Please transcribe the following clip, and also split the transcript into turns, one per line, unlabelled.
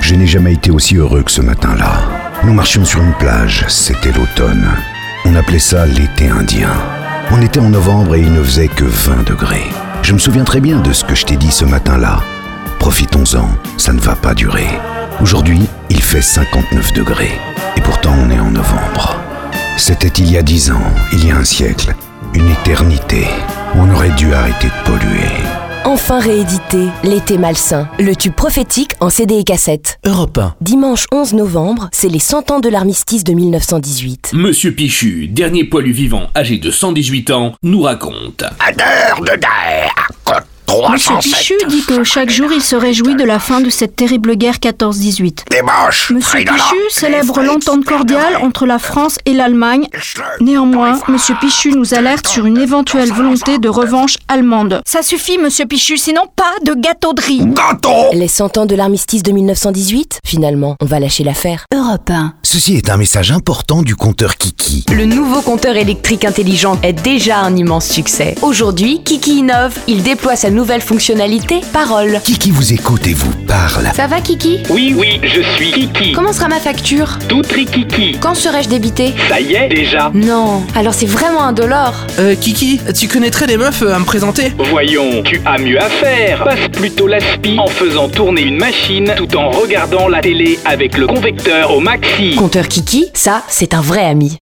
Je n'ai jamais été aussi heureux que ce matin-là. Nous marchions sur une plage, c'était l'automne. On appelait ça l'été indien. On était en novembre et il ne faisait que 20 degrés. Je me souviens très bien de ce que je t'ai dit ce matin-là. Profitons-en, ça ne va pas durer. Aujourd'hui, il fait 59 degrés. Et pourtant, on est en novembre. C'était il y a 10 ans, il y a un siècle, une éternité. On aurait dû arrêter de polluer.
Enfin réédité, L'été malsain, le tube prophétique en CD et cassette.
Europe 1.
Dimanche 11 novembre, c'est les 100 ans de l'armistice de 1918.
Monsieur Pichu, dernier poilu vivant âgé de 118 ans, nous raconte.
Ah
Oh,
Monsieur Pichu dit que chaque jour il se réjouit de la fin de cette terrible guerre 14-18. Monsieur Pichu célèbre l'entente cordiale entre la France et l'Allemagne. Néanmoins, Monsieur Pichu nous alerte sur une éventuelle volonté de revanche allemande. Ça suffit, Monsieur Pichu, sinon pas de gâteau de riz.
Les 100 ans de l'armistice de 1918 Finalement, on va lâcher l'affaire.
Europe 1.
Ceci est un message important du compteur Kiki.
Le nouveau compteur électrique intelligent est déjà un immense succès. Aujourd'hui, Kiki innove. Il déploie sa nouvelle fonctionnalité Parole.
Kiki vous écoute et vous parle.
Ça va, Kiki
Oui, oui, je suis Kiki,
Comment sera ma facture
tout trikiki.
Quand serai-je débité
Ça y est déjà.
Non, alors c'est vraiment un dollar.
Euh, Kiki, tu connaîtrais des meufs euh, à me présenter
Voyons, tu as mieux à faire. Passe plutôt l'aspi en faisant tourner une machine tout en regardant la télé avec le convecteur au maxi.
Compteur Kiki, ça, c'est un vrai ami.